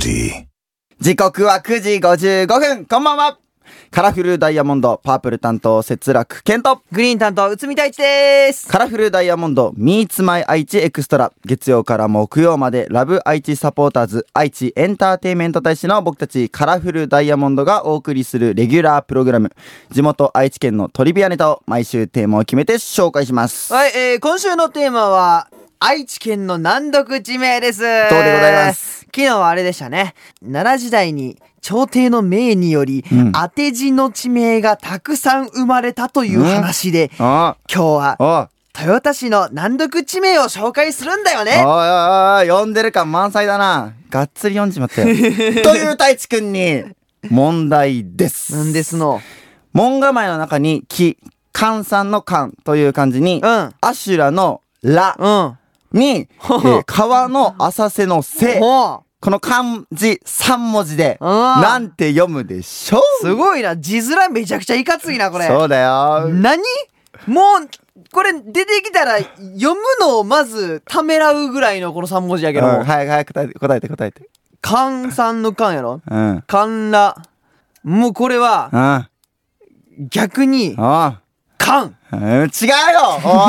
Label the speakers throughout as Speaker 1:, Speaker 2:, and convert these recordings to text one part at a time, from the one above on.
Speaker 1: tea.
Speaker 2: 時刻は9時55分、こんばんはカラフルダイヤモンド、パープル担当、節楽健と、
Speaker 3: グリーン担当、内海太一です。
Speaker 2: カラフルダイヤモンド、Meets My 愛知エクストラ。月曜から木曜まで、ラブ愛知サポーターズ、愛知エンターテインメント大使の僕たち、カラフルダイヤモンドがお送りするレギュラープログラム。地元愛知県のトリビアネタを毎週テーマを決めて紹介します。
Speaker 3: はい、えー、今週のテーマは、愛知県の難読地名です。どうで
Speaker 2: ございます。
Speaker 3: 昨日はあれでしたね。奈良時代に、朝廷の命により、
Speaker 2: ん
Speaker 3: 当て字の地名がたくさん生まれたという話で、
Speaker 2: あ
Speaker 3: 今日は
Speaker 2: あ、、あ
Speaker 3: 豊田市の難読地名を紹介するんだよ
Speaker 2: あ、
Speaker 3: ね。
Speaker 2: ああ、読んでる感満載だな。がっつり読んじまったよ。 という太一くんに、問題です。
Speaker 3: なんですの。
Speaker 2: 門構えの中に木、換算の換という漢字に、
Speaker 3: うん
Speaker 2: アシュラのラ
Speaker 3: うん。
Speaker 2: に、
Speaker 3: ほう
Speaker 2: えー川の浅瀬の瀬、
Speaker 3: ほ
Speaker 2: この漢字3文字で、
Speaker 3: う。うん。
Speaker 2: なんて読むでしょう
Speaker 3: すごいな。字面めちゃくちゃいかついな、これ。
Speaker 2: そうだよ。
Speaker 3: 何もうこれ出てきたら読むのをまずためらうぐらいのこの3文字やけど
Speaker 2: うん
Speaker 3: も
Speaker 2: 早く早く答えて、答えて、答えて。
Speaker 3: 「かんさんの「かん」やろ
Speaker 2: うん。うん
Speaker 3: 「かんら」もうこれは
Speaker 2: あ
Speaker 3: 逆に
Speaker 2: あ。
Speaker 3: 「かん
Speaker 2: うん違うよお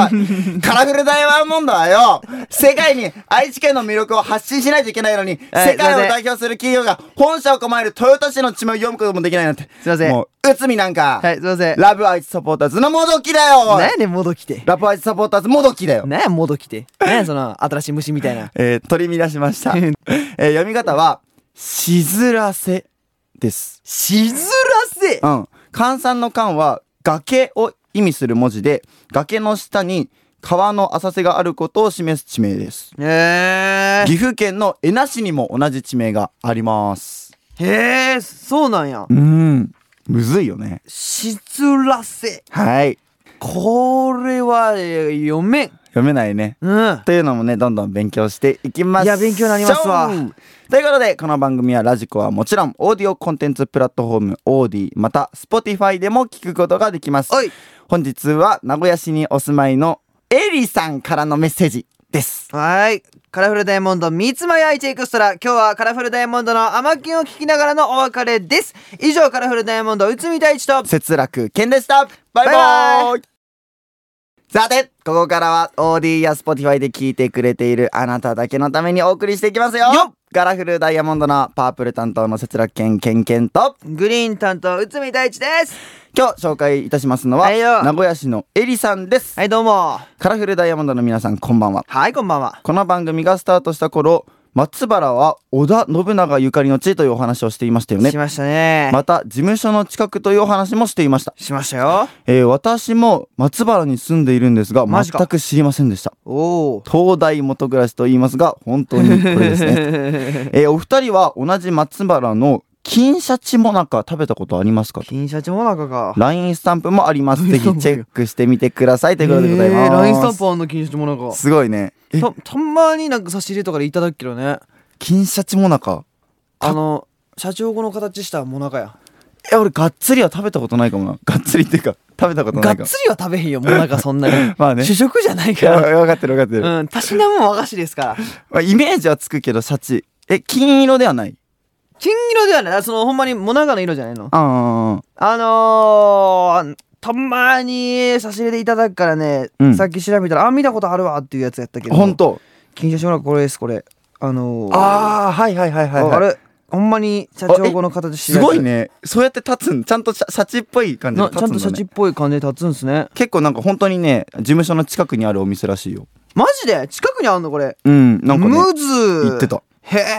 Speaker 2: いカラフルダイヤモンドはよ 世界に愛知県の魅力を発信しないといけないのに、
Speaker 3: はい
Speaker 2: 世界を
Speaker 3: すいま
Speaker 2: 代
Speaker 3: せ
Speaker 2: 表する企業が本社を構える豊田市の地名を読むこともできないなんて。
Speaker 3: すいません
Speaker 2: もう、内海なんか、
Speaker 3: はいすいません
Speaker 2: ラブ愛知サポーターズのもどきだよおい
Speaker 3: 何やねんもどきて
Speaker 2: ラブ愛知サポーターズもどきだよ、
Speaker 3: 何やもどきて何やその新しい虫みたいな
Speaker 2: えー取り乱しま した。えー読み方は、しずらせです。
Speaker 3: しずらせ
Speaker 2: うん。換算の間は崖を意味する文字で、崖の下に川の浅瀬があることを示す地名です。
Speaker 3: へ
Speaker 2: 岐阜県の恵那市にも同じ地名があります。
Speaker 3: えへえそうなんや
Speaker 2: うん。むずいよね。
Speaker 3: しずらせ
Speaker 2: はい。
Speaker 3: これはえー読めん
Speaker 2: 読めないね。
Speaker 3: うん
Speaker 2: というのもね、どんどん勉強していきます。
Speaker 3: いや勉強になりますわ
Speaker 2: ということで、この番組はラジコはもちろん、オーディオコンテンツプラットフォーム、オーディ、また、Spotify でも聞くことができます。
Speaker 3: おい
Speaker 2: 本日は、名古屋市にお住まいの、エリさんからのメッセージです。
Speaker 3: はい。カラフルダイヤモンド、三つまやいちエクストラ。今日はカラフルダイヤモンドの甘きんを聞きながらのお別れです。以上、カラフルダイヤモンド、内海太一と、
Speaker 2: 節楽健でしたバイバ
Speaker 3: バイバ
Speaker 2: イさて、ここからは OD や Spotify で聞いてくれているあなただけのためにお送りしていきますよ
Speaker 3: よっ
Speaker 2: ガラフルダイヤモンドのパープル担当の節楽健健健と
Speaker 3: グリーン担当、内海太一です。
Speaker 2: 今日紹介いたしますのは、
Speaker 3: はいよ
Speaker 2: 名古屋市のエリさんです、
Speaker 3: はい、どうも。
Speaker 2: カラフルダイヤモンドの皆さんこんばんは
Speaker 3: はい、こんばんは。
Speaker 2: この番組がスタートした頃松原は織田信長ゆかりの地というお話をしていましたよね
Speaker 3: しましたね。
Speaker 2: また事務所の近くというお話もしていました
Speaker 3: しましたよ。
Speaker 2: えー私も松原に住んでいるんですが
Speaker 3: マ
Speaker 2: 全
Speaker 3: ジか
Speaker 2: く知りませんでした
Speaker 3: おお。
Speaker 2: 東大元暮らしと言いますが本当にこれですね、え ーお二人は同じ松原の金シャチもなか食べたことありますか
Speaker 3: 金シャチもなかか。
Speaker 2: LINE スタンプもあり ますぜひチェックしてみてくださいということでございます、
Speaker 3: えーラインスタンプあんの金シャチもなか。
Speaker 2: すごいねえ
Speaker 3: た、たまになんか差し入れとかでいただくけどね。
Speaker 2: 金シャチもなか
Speaker 3: あの、社長語の形したもなかや。
Speaker 2: え俺がっつりは食べたことないかもながっつりっていうか食べたこと
Speaker 3: が
Speaker 2: な
Speaker 3: っ
Speaker 2: いかも。
Speaker 3: つりは食べへんよ、もなかそんなに
Speaker 2: まあね
Speaker 3: 主食じゃない
Speaker 2: い
Speaker 3: か
Speaker 2: や
Speaker 3: ら。
Speaker 2: 分かってる分かってる、
Speaker 3: うん、たしなむ和菓子で すから。
Speaker 2: まあ、イメージはつくけどシャチえ金色ではない
Speaker 3: 金色ではない。その、ほんまに、モナカの色じゃないの。
Speaker 2: ああ
Speaker 3: あのー、たまに差し入れでいただくからね、
Speaker 2: うん
Speaker 3: さっき調べたら、あ、見たことあるわっていうやつやったけど。
Speaker 2: 本。当
Speaker 3: 金賞もなくこれです、これ。あのー、
Speaker 2: ああはいはいはいはい、はい、
Speaker 3: あれ、ほんまに社長語の形して
Speaker 2: すごい。ねそうやって立つんちゃんとシャシャチっぽい感じで
Speaker 3: な
Speaker 2: 立
Speaker 3: ち
Speaker 2: つ
Speaker 3: ゃ
Speaker 2: ん
Speaker 3: ん
Speaker 2: だ、
Speaker 3: と
Speaker 2: ね、
Speaker 3: シャチっぽい感じで立つんすね。
Speaker 2: 結構なんか本当にね事務所の近くにあるお店らしいよ
Speaker 3: マジで近くにあんのこれ。
Speaker 2: うんなんかね
Speaker 3: ムズ
Speaker 2: 言って。た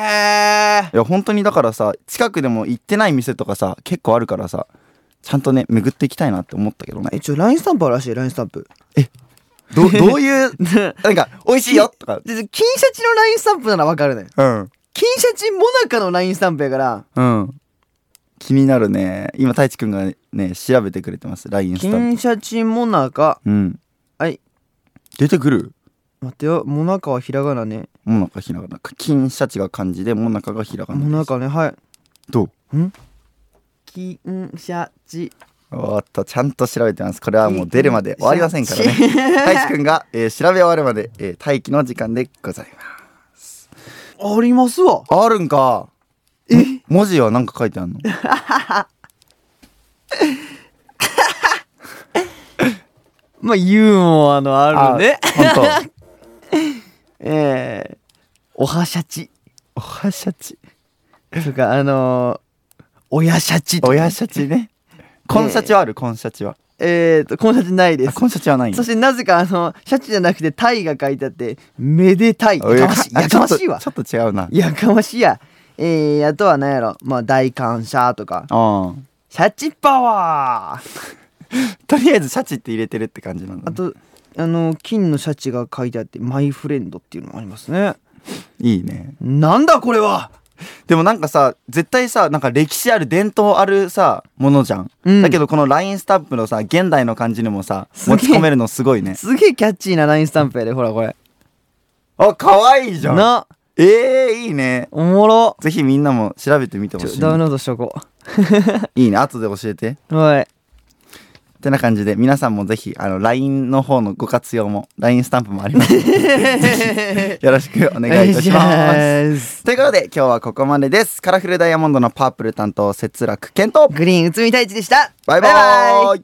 Speaker 3: へえ。
Speaker 2: いや本当にだからさ近くでも行ってない店とかさ結構あるからさちゃんとね巡っていきたいなって思ったけどね
Speaker 3: え、ちょ、ラインスタンプあるらしい、ラインスタンプ。
Speaker 2: ど どういうなんか美味しいよとか
Speaker 3: でで金シャチのラインスタンプならわかるね。
Speaker 2: うん
Speaker 3: 金シャチモナカのラインスタンプやから
Speaker 2: うん気になるね今太一くんがね調べてくれてます LINE スタンプ
Speaker 3: 金シャチモナカ
Speaker 2: うん
Speaker 3: はい
Speaker 2: 出てくる
Speaker 3: 待ってよモナカはひらがなね
Speaker 2: もなかひらがな金シャチが漢字でもなかがひらがなで
Speaker 3: モ
Speaker 2: す
Speaker 3: ナカねはい
Speaker 2: どう
Speaker 3: 金シャチ
Speaker 2: おーっとちゃんと調べてますこれはもう出るまで終わりませんから ね大志くんが、えー調べ終わるまで、えー待機の時間でございます
Speaker 3: ありますわ
Speaker 2: あるんか文字はなんか書いてあるの
Speaker 3: まあ、ユーモアのあるね。
Speaker 2: 本当。
Speaker 3: ええおはしゃち。
Speaker 2: おはしゃち。
Speaker 3: とか、あのーおやしゃちとか。
Speaker 2: おやしゃちね。こんしゃちはある、こんしゃちは。
Speaker 3: えっ、と、このシャチないで
Speaker 2: あ
Speaker 3: す。
Speaker 2: こんしゃちはないんだ
Speaker 3: そしてなぜかあの、シャチじゃなくてタイが書いてあって、めでたい。や
Speaker 2: お
Speaker 3: かましい。
Speaker 2: あ
Speaker 3: やかましいわ
Speaker 2: ち。ょっとちょっと違うな。
Speaker 3: やかましいや。えー、あとは何やろ。まあ、大感謝とか。
Speaker 2: うん。
Speaker 3: シャチパワー
Speaker 2: とりあえずシャチって入れてるって感じなんだ
Speaker 3: あ
Speaker 2: ね。
Speaker 3: と、あの、金のシャチが書いてあって、マイフレンドっていうのもありますね。
Speaker 2: いいね。
Speaker 3: なんだこれは
Speaker 2: でもなんかさ絶対さなんか歴史ある伝統あるさものじゃん、
Speaker 3: うん
Speaker 2: だけどこの LINE スタンプのさ現代の感じにもさ
Speaker 3: すげえ
Speaker 2: 持ち込めるのすごいね
Speaker 3: すげえキャッチーなラインスタンプやで、ほらこれ。
Speaker 2: あ可愛いじゃん
Speaker 3: な、
Speaker 2: えー、いいね
Speaker 3: おもろ。
Speaker 2: ぜひみんなも調べてみてほ
Speaker 3: ちょ
Speaker 2: しい
Speaker 3: ダウ
Speaker 2: ね
Speaker 3: ンロードしとこ
Speaker 2: いいね後で教えてっ
Speaker 3: う。はい。
Speaker 2: てな感じで皆さんもぜひあの LINE の方のご活用も LINE スタンプもありますので ぜひよろしくお願いいたします
Speaker 3: す。
Speaker 2: ということで今日はここまでですカラフルダイヤモンドのパープル担当節楽健と
Speaker 3: グリーン、うつみたいちでした。
Speaker 2: バイバイ
Speaker 3: バイバイ